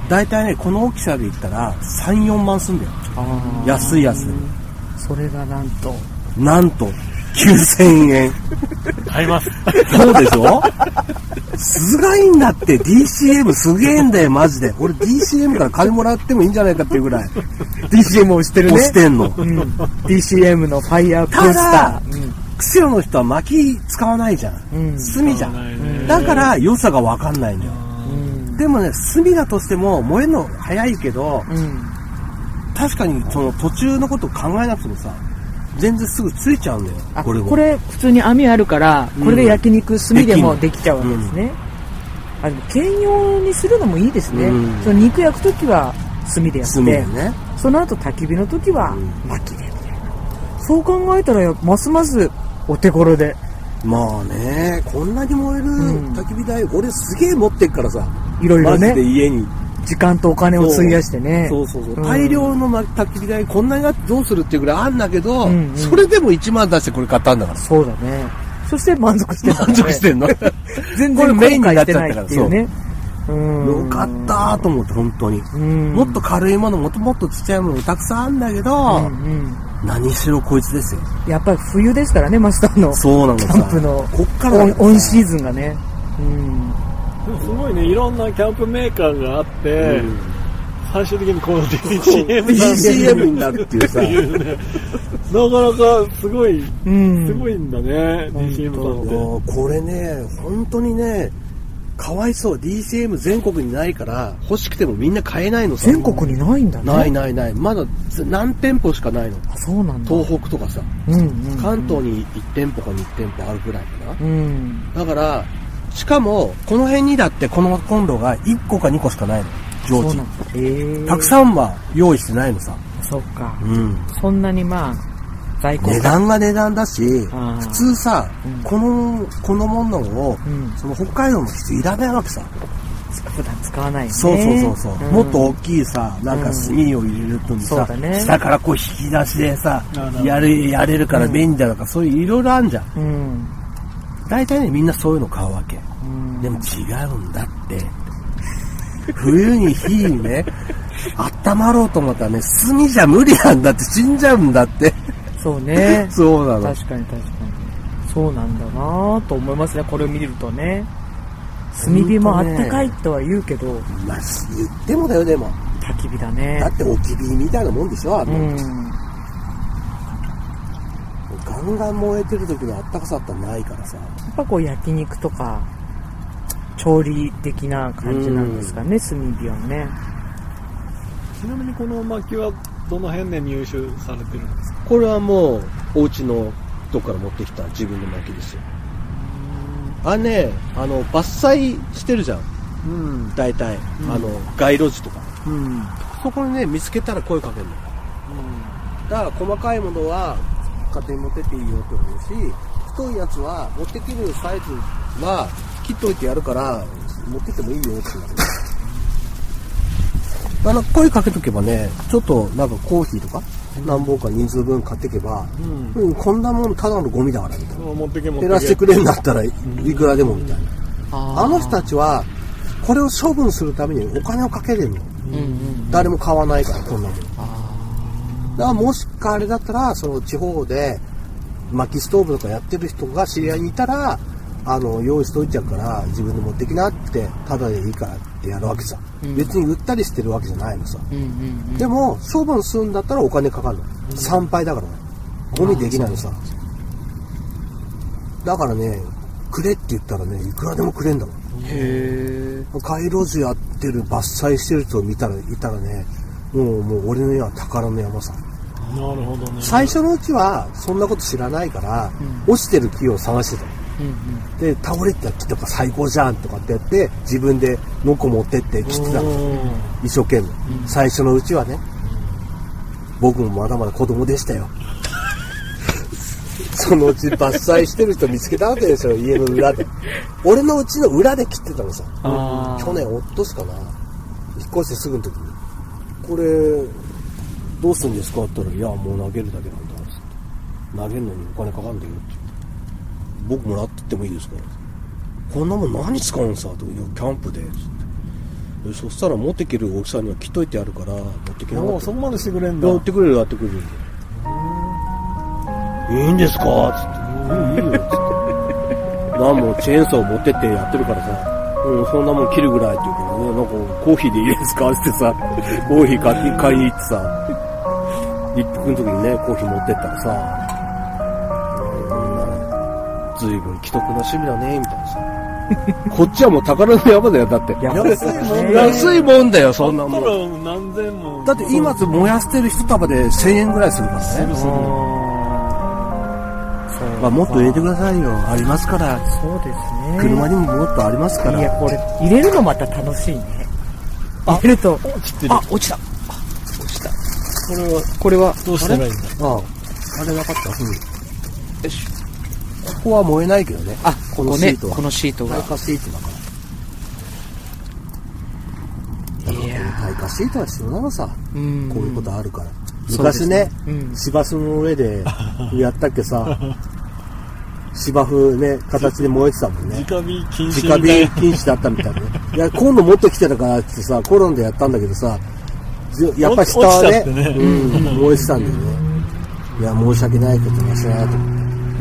C: 大体ね、この大きさで言ったら、3、4万すんだよ。
A: ああ
C: 安い安い。
A: それがなん と
C: なんと、9000円。
B: 買い ます。
C: そうでしょすがいんだって DCM すげえんだよ、マジで。俺 DCM から金もらってもいいんじゃないかっていうぐらい、
A: DCM をしてるね
C: 押してんの。
A: うん、DCM のファイヤープースタ
C: ただ
A: ー
C: 釧路の人は薪使わないじゃん。
A: うん
C: 炭じゃ
B: 使わない
C: ん。
B: ね
C: だから良さがわかんないんだよ。
A: うん
C: でもね、炭だとしても燃えるの早いけど、
A: うん
C: 確かにその途中のこと考えなくてもさ、全然すぐついちゃうんだ
A: あ
C: よ。
A: これ
C: も
A: 普通に網あるからこれで焼肉炭でもできちゃうわけですね、あでも兼用にするのもいいですね、
C: うん
A: その肉焼く時は炭でやって、
C: 炭でね。
A: その後焚き火の時は
C: うん
A: 薪でみたいな、そう考えたらますますお手頃で
C: まあね、こんなに燃える
A: ん
C: 焚き火台、俺すげえ持ってっからさ、
A: いろいろ
C: マジで
A: ね
C: 家に。
A: 時間とお金を費やしてね
C: そうそうそう。
A: ん
C: 大量の焚き火台、こんなにあってどうするっていうぐらいあんだけど、
A: うんうん
C: それでも1万出してこれ買ったんだから。
A: そうだねそして満足してた、ね、
C: 満足してんの
A: 全
C: これ
A: 然
C: メイン
A: 後
C: に
A: 悔
C: なっ
A: して
C: ちゃ
A: な
C: った
A: い
C: から
A: っていうねうん
C: よかったーと思って、本当に。
A: うん
C: もっと軽いもの、もっともっとちっちゃいものもたくさんあんだけど、
A: うんうん
C: 何しろこいつですよ。
A: やっぱり冬ですからね、マスターの。
C: そうなの
A: キ
C: さ。
A: ャンプの
C: こっから
A: オンオンシ
C: ー
A: ーズンがね。うん。
B: でもすごいね、いろんなキャンプメーカーがあって、最終的にこの DCM なんていう
C: BCM になるっていうさ。
B: なかなかすごい、
A: うん。
B: すごいんだね、
A: うん
B: DCM さんって。
C: これね、本当にね、かわいそう。DCM 全国にないから、欲しくてもみんな買えないのさ。
A: 全国にないんだね。
C: ないないない。まだ何店舗しかないの。
A: あ、そうなんだ。
C: 東北とかさ。
A: うんうん、うん。
C: 関東に1店舗か2店舗あるぐらいかな。
A: うん。
C: だから、しかも、この辺にだってこのコンロが1個か2個しかないの。
A: そ
C: 常
A: う
C: 時
A: な。んだ。ええ
C: たくさんは用意してないのさ。
A: ん。そっか。
C: うん。
A: そんなにまあ、在庫
C: 値
A: が。
C: 段が値段だし、
A: あー
C: 普通さ、
A: うん
C: この、このものを、
A: うん
C: その北海道の人いらないわけさ。
A: 普段使わないよね。
C: そうそうそうそう、
A: ん
C: もっと大きいさ、なんか炭を入れると
A: そ
C: さ
A: う、だね
C: 下からこう引き出しでさ
B: なるほ、ど
C: やれ、やれるから
A: うん
C: 便利だとか、そういういろいろあんじゃん。
A: うん。
C: 大体ね、みんなそういうの買うわけ。
A: うん。
C: でも違うんだって。冬に火にね、温まろうと思ったらね、炭じゃ無理なんだって、死んじゃうんだって。。
A: そうね
C: そうなの。
A: 確かに確かに。そうなんだなぁと思いますね、これを見るとね。炭火もあったかいとは言うけど、
C: まあ、言ってもだよ、でも。
A: 焚き火だね。
C: だって置き火みたいなもんでしょ、あ
A: う
C: の、
A: ん。
C: ガンガン燃えてる時のあったかさってないからさ。
A: やっぱこう焼肉とか調理的な感じなんですかね、炭火はね
B: ちなみにこの薪はどの辺で入手されてるんですか
C: これはもう、お家のとこから持ってきた自分の薪ですよ。あれね、あの、伐採してるじゃん。
D: うん。
C: 大体。
D: うん
C: あの、街路樹とか。
D: うん。
C: そこにね、見つけたら声かけるの。だから細かいものは家庭に持ってっていいよってことだし、太いやつは持ってきるサイズは切っといてやるから、持ってってもいいよって こと。あの、声かけとけばね、ちょっとなんかコーヒーとか、何本か人数分買ってけば、
B: うん
C: うん、こんなもんただのゴミだからみたいな。
B: 持ってけ持って
C: 減らしてくれるんだったらいくらでもみたいな。あの人た
E: ち、
C: ちは、これを処分するためにお金をかけてるの。
E: うんうん、
C: 誰も買わないから、こんなもん。
E: あ
C: だからもしかあれだったらその地方で薪ストーブとかやってる人が知り合いにいたらあの用意しといちゃうから自分で持ってきなってただでいいからってやるわけさ、
E: うん
C: 別に売ったりしてるわけじゃないのさ、
E: ーうんうんうん、
C: でも処分するんだったらお金かかるの、参拝だからゴミできないのさだからねくれって言ったらねいくらでもくれんだもん
E: へえ
C: 街路樹やってる伐採してる人を見たらいたらねもうもう俺の家は宝の山さ
B: なるほどね
C: 最初のうちはそんなこと知らないから、
E: う
C: 落ちてる木を探してた
E: うんうん
C: で倒れてた木とか最高じゃんとかってやって自分でノコ持ってって切ってたの
B: う
C: 一生懸
E: う
C: 命、
E: ん
C: 最初のうちはね僕もまだまだ子供でしたよ そのうち伐採してる人見つけたわけですよ家の裏で俺のうちの裏で切ってたのさ
E: あー
C: 去年おっとしかな引っ越してすぐの時に「これどうするんですか?」って言ったら「いやもう投げるだけなんだ」つって投げるのにお金かかるんだよ」って「僕もらってってもいいですか?」こんなもん何使うんさ」と「いやキャンプで」つってでそしたら持ってける大きさには切っといてやるから持ってけ
B: ん
C: な
B: も
C: か
B: う
C: った
B: そこまでしてくれんだ
C: やってくれるやってくれるいいんですかつって「うんいいよ」つって何もチェーンソー持ってってやってるからさ「うんそんなもん切るぐらい」って言うからね「なんかコーヒーでいいですか?」ってさコーヒー買い買いに行ってさ一服の時にねコーヒー持ってったらさ「ずいぶん既得な趣味だね」みたい なさこっちはもう宝の山だよだって
B: 安いもんね
C: 安いもんだよそんな
B: だ
C: も
B: っ
C: ん
B: たら何千も
C: だって今燃やしてる一束で1000円ぐらいするからね。
B: する
C: まあ、もっと入れてくださいよ。ありますから。
A: そうですね。
C: 車にももっとありますから。
A: いや、これ、入れるのまた楽しいね。入れると、
C: あ、落ちた。あ落ちた。
B: これは
A: これは、
B: どうしたらいいんだ
C: ああ、あれなかったうん。よし。ここは燃えないけどね。あ、
E: こ
C: この
E: こ
C: シ
E: ね
C: ートは。
E: このシートが
C: 耐火シートだから。
E: いや
C: 耐火シートは必要なのさ。
E: ーうん
C: こういうことあるか
E: そ
C: ら。
E: うで
C: 昔
E: す
C: ね
E: ね、うん
C: 芝生の上でやったっ けさ、芝生ね、形で燃えてたもんね。
B: 直火禁止み
C: 直
B: た
C: 火
B: いな
C: 禁止だったみたいなね。いや、今度持ってきてたからってさ、コロンでやったんだけどさ、ずやっぱ下は
B: 落ちち
C: ね、
B: ゃってね
C: うん、燃えてたんだよね。いや、申し訳ないことなしなと思って。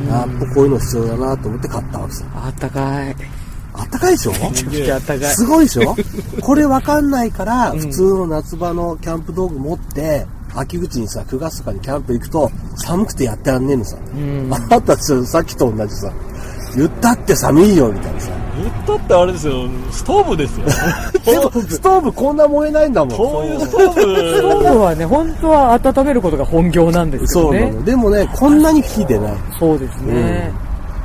C: やっぱこういうの必要だなと思って買ったわけさ。
E: あったかい
C: あったかいでしょ
E: めちゃくちゃあったかい
C: すごいでしょこれわかんないから、普通の夏場のキャンプ道具持って、秋口にさ、9月とかにキャンプ行くと、寒くてやってらんねえのさ。
E: ん
C: あなたささっきと同じさ、言ったって寒いよ、みたいなさ。
B: 言ったってあれですよストーブ ですよ
C: でも、ストーブこんな燃えないんだもん。
B: こういうストーブ
A: 今度はね、本当は温めることが本業なんです
C: そ
A: よ
C: うな
A: ね。
C: の。でもね、こんなに火でない。
A: そうですね。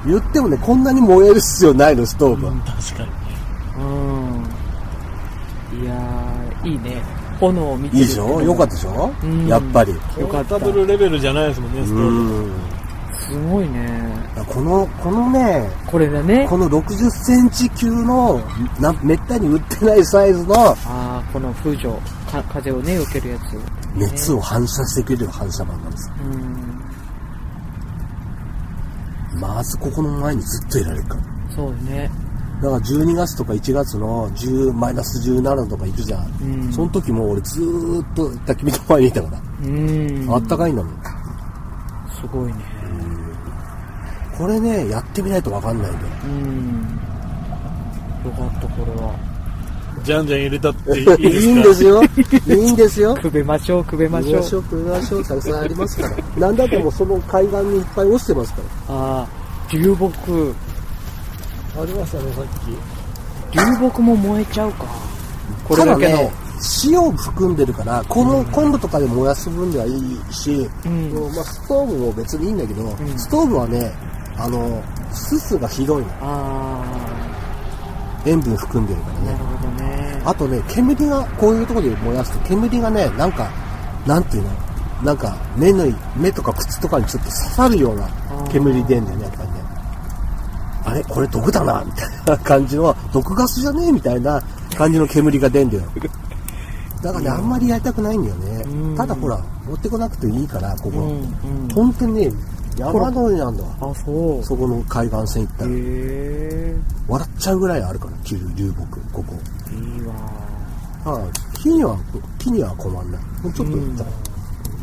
C: 言ってもね、こんなに燃える必要ないの、ストーブは。
B: 確かに
A: うん。いやー、いいね。炎を見て
C: い
A: る
C: いでしょよかったでしょ
A: うん
C: やっぱり。
B: ね
A: よかった
B: ポータブルレベルじゃないですもんねストーブ
C: う
A: す
C: ん。
A: ごいね。
C: この、このね、
A: これだね。
C: この60センチ級の、な、めったに売ってないサイズの
A: ああ、この風情、か風をね、受けるやつ。
C: 熱を反射してくれる反射板なんですよ。
A: うん。
C: まずここの前にずっといられるから。
A: そうね。
C: だから12月とか1月の10、マイナス17とか行くじゃん。
A: うん
C: その時も俺ずーっと焚き火の前にいたから。
A: うん。
C: あったかいんだもん。
A: すごいね。
C: これね、やってみないとわかんないんだよ。
A: うん。よかった、これは。
B: じゃんじゃん入れたっていい
C: いいん
B: で
C: ですすよ。いいんですよ。
A: くべましょう、くべましょう。
C: ょう、食べましょう、たくさんありますから。なんだってもうその海岸にいっぱい落ちてますか
A: ああ、流木。
B: かありましたねさっ
A: 流木も燃えちゃうか。こ
C: ら。
A: れ
C: た
A: だ
C: だ
A: けの。
C: ね、塩を含んでるから、このコンロとかで燃やす分ではいいし、
A: うん
C: まあ、ストーブも別にいいんだけど、
A: ん
C: ストーブはね、あの、すすがひどいの。
A: あ
C: 塩分含んでるから
A: あ、なる。
C: ね
A: ほどね。
C: あとね、煙が、こういうところで燃やすと、煙がね、なんか、なんていうのなんか、目のい、目とか口とかにちょっと刺さるような煙出んだよね、やっぱりね。あれこれ毒だなみたいな感じの、毒ガスじゃねえみたいな感じの煙が 出んだよ。だからね、あんまりやりたくないんだよ
A: うん
C: ね。ただほら、持ってこなくていいから、
A: う
C: こ
A: ん、
C: こ。
A: うん。
C: 本当にね、山の上なんだわ。
A: あ、そう。
C: そこの海岸線行ったら。
A: へ
C: 笑っちゃうぐらいあるから、旧流木、ここ。
A: え、いいわ。
C: ああ木には、木には困んない。もうちょっと行ったら、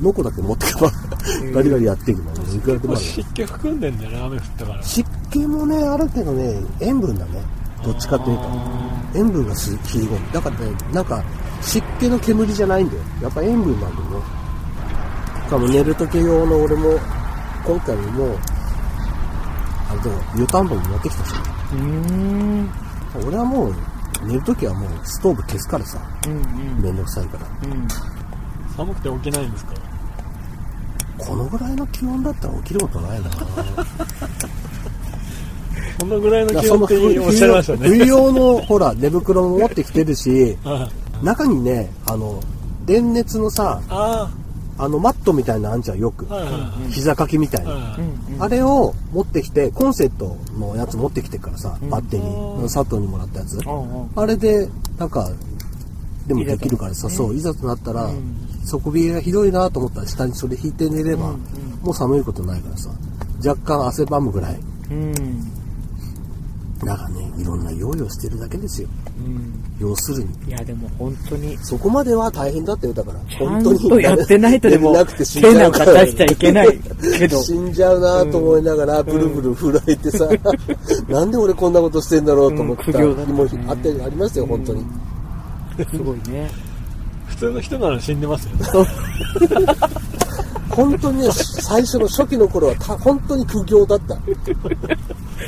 C: ノコだけ持ってけば、ガリガリやっていけば、ね、いくらでもあるよ。
B: 湿気含んでんだよね雨降ったから
C: 湿気もね、あるけどね、塩分だね。どっちかというと。塩分がす切り込む。だからね、なんか、湿気の煙じゃないんだよ。やっぱ塩分なんだよね。しかも寝る時用の俺も、今回ももう、あれだよ、湯たんぽも持ってきたし。
A: うーん。
C: 俺はもう、寝る時はもうストーブ消すからさ、
A: うん、
C: めんどくさいから。
A: うん、うん。
B: 寒くて起きないんですか
C: このぐらいの気温だったら起きることない な。
B: そのぐらいの
C: だ
B: 気
C: そ
B: 温
C: の
B: って
C: 冬
B: おっしゃいましたね
C: 冬用のほら、寝袋も持ってきてるし、
B: あ
C: 中にね、あの、電熱のさ、
B: あ
C: あのマットみたいなのあんじゃんよく
B: ー。はいは
C: 膝掛けみたい
B: い
C: な。
B: は
A: う
B: い
A: んうん
C: あれを持ってきて、コンセントのやつ持ってきてからさ、バッテリ
B: う
C: ー。
B: ん
C: 佐藤にもらったやつ。
A: うんうん
C: あれで、なんか、でも
A: いざ
C: で
A: と
C: きるからさ、そう、いざとなったら
A: ん、
C: 底冷えがひどいなと思ったら下にそれ引いて寝れば、
A: うん
C: もう寒いことないからさ、若干汗ばむぐらい。
A: うん
C: なんかね、いろんな用意をしてるだけですよ。
A: うん
C: 要するに。
A: いやでも本当に
C: そこまでは大変だったよ、だから。
A: ちゃ
C: 本
A: ん
C: 当に。
A: とやってないとでも
C: 寝れなくて死んじゃう
A: 手なんか出しちゃいけないけど
C: 死んじゃうなと思いながら、ブルブル震えて さ、なんで俺こんなことしてんだろうと思った
A: うん苦行だった
C: 日
A: ね
C: もあったりありましたよ、本当に。
A: すごいね
B: 普通の人なら死んで ますよね
C: 本当にね、最初の初期の頃はた本当に苦行だった。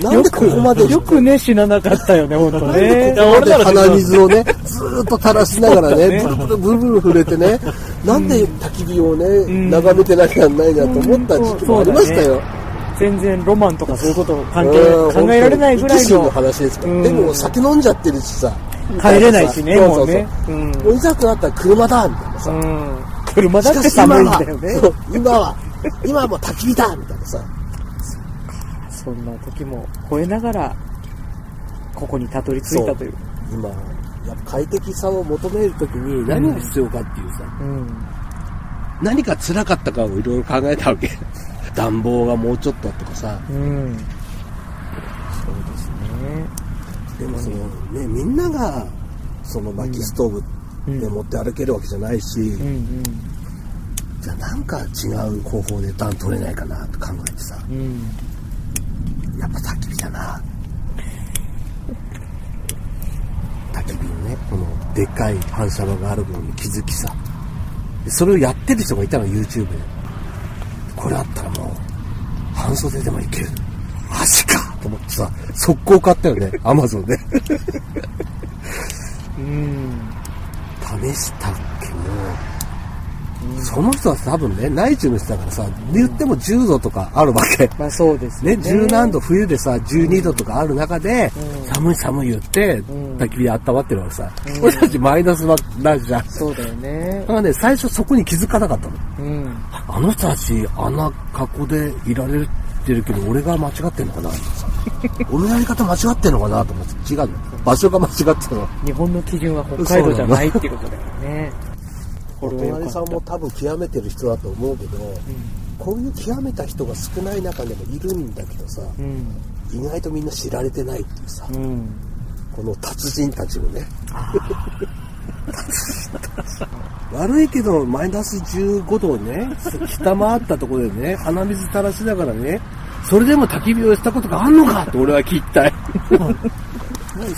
C: なん
A: よ
C: でここまで、
A: くよくね死ななかったよね本当ね
C: ここまで鼻水をね、ずーっと垂らしながらね、ブルブルブルブル震えてね、なんで焚き火をね、
A: ん
C: 眺めてなきゃなんないなと思った時期もありましたよ。
A: 全然ロマンとかそういうこと関
C: うん
A: 係考えられないぐら
C: 本当に生き
A: い
C: 死に
A: の
C: の話ですから、
A: うん
C: でも酒飲んじゃってるしさ
A: 帰れないしね
C: そうそうそう
A: もうねうん
C: もういざとなったら車だみたいなさ、
A: うん車だ
C: し
A: っ
C: か
A: て
C: し今
A: 寒いん
C: は
A: だよね
C: そう今は今はもう焚き火だみたいなさ
A: そんな時も超えながらここにたどり着いたという
C: 今やっぱ快適さを求めるときに何が必要かっていうさ、
A: うん
C: 何が辛かったかをいろいろ考えた わけ暖房がもうちょっととかさ
A: うんそうですね
C: でもそのねみんながその薪ストーブで持って歩けるわけじゃないし、
A: うんうん
C: じゃあなんか違う方法で暖取れないかなと考えてさ
A: うん
C: やっぱ焚き火だな焚き火のねこのでっかい反射炉があることに気づきさでそれをやってる人がいたの YouTube でこれあったらもう半袖でもいけるマジかと思ってさ速攻買ったよね Amazon で
A: うん
C: 試したっけど、その人は多分ね内地の人だからさ言っても10度とかあるわけ
A: まあそうです
C: ね、
A: よ
C: 十何度冬でさ、12度とかある中で、寒い寒い言って、
A: ん
C: 焚き火で温まってるわけさ。俺たちマイナスなんじゃん。だ
A: そうだよね
C: か。らね、最初そこに気づかなかったの。
A: うん。
C: あの人たち、あんな格好でいられてるけど、俺が間違ってんのかなとかさ俺のやり方間違ってんのかなと思って、違うの。場所が間違ってたの。
A: 日本の基準は北海道じゃないってことだよね。
C: お隣さんも多分極めてる人だと思うけど、こういう極めた人が少ない中でもいるんだけどさ、
A: うん。
C: 意外とみんな知られてないっていうさ。
A: うん。
C: この達人たちをね。悪いけど、マイナス15度をね、下回ったところでね、鼻水垂らしながらね、それでも焚き火をしたことがあんのかって俺は聞きたい。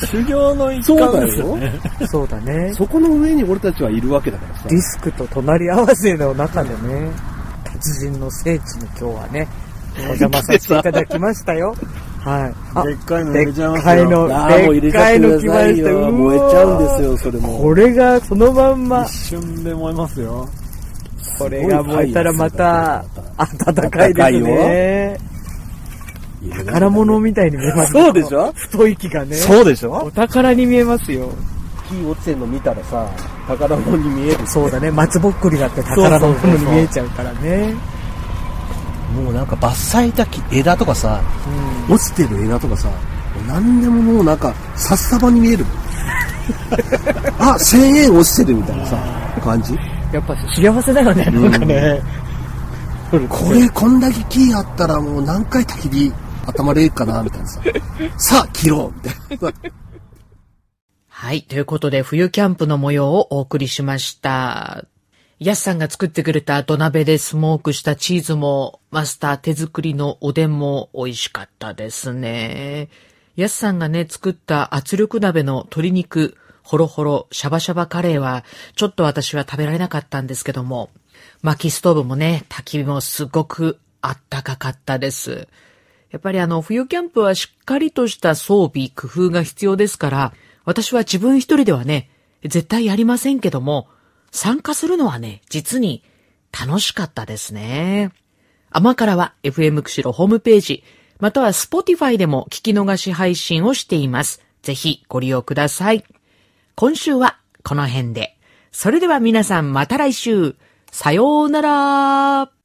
B: 修行の一
C: そう
B: 環
C: だ
B: ですよ
C: よ。
A: そうだね。
C: そこの上に俺たちはいるわけだからさ
A: リ。スクと隣り合わせの中でね、達人の聖地に今日はね、お邪魔させていただきましたよ。はい。あ
B: でっかいの入れちゃいますよ
A: でっかいの、
C: ああ、もう
A: で
C: 入れ
A: っ
C: ちゃ
A: か
C: って
A: い
C: く
A: の
C: だ
A: 来ま
C: さい
A: した
C: よ。
A: よ。
C: 燃えちゃうんです
A: うわ
C: よ、それ
A: ー。
C: も。
A: これがそのまんま
B: 一、瞬で燃えますよ
A: これが燃えたらまた、暖かいですね。宝物みたいに見えますよ
B: そうでしょ
A: 太い木がね。
B: そうでし
A: お
B: ょ
A: 宝に見えますよ。
B: 木落ちてんの見たらさ、宝物に見える。
A: そうだね。松ぼっくりだって宝物に見えちゃうからね。
C: もうなんか伐採した木枝とかさ、
A: うん
C: 落ちてる枝とかさ、もう何でももうなんか、札束に見える。 あ、1000円落ちてるみたいなさ、感じ。
A: やっぱ幸せだよね、なんかね。
C: これ、こんだけ木あったらもう何回焚き火、頭れるかなみたいなさ。さあ、切ろうみたいな。
F: はい。ということで、冬キャンプの模様をお送りしました。ヤスさんが作ってくれた土鍋でスモークしたチーズも、マスター手作りのおでんも美味しかったですね。ヤスさんがね、作った圧力鍋の鶏肉、ホロホロ、シャバシャバカレーは、ちょっと私は食べられなかったんですけども、薪ストーブもね、焚き火もすごくあったかかったです。やっぱりあの、冬キャンプはしっかりとした装備、工夫が必要ですから、私は自分一人ではね、絶対やりませんけども、参加するのはね、実に楽しかったですね。甘からは FM 釧路ホームページ、または Spotify でも聞き逃し配信をしています。ぜひご利用ください。今週はこの辺で。それでは皆さんまた来週。さようなら。
G: あなた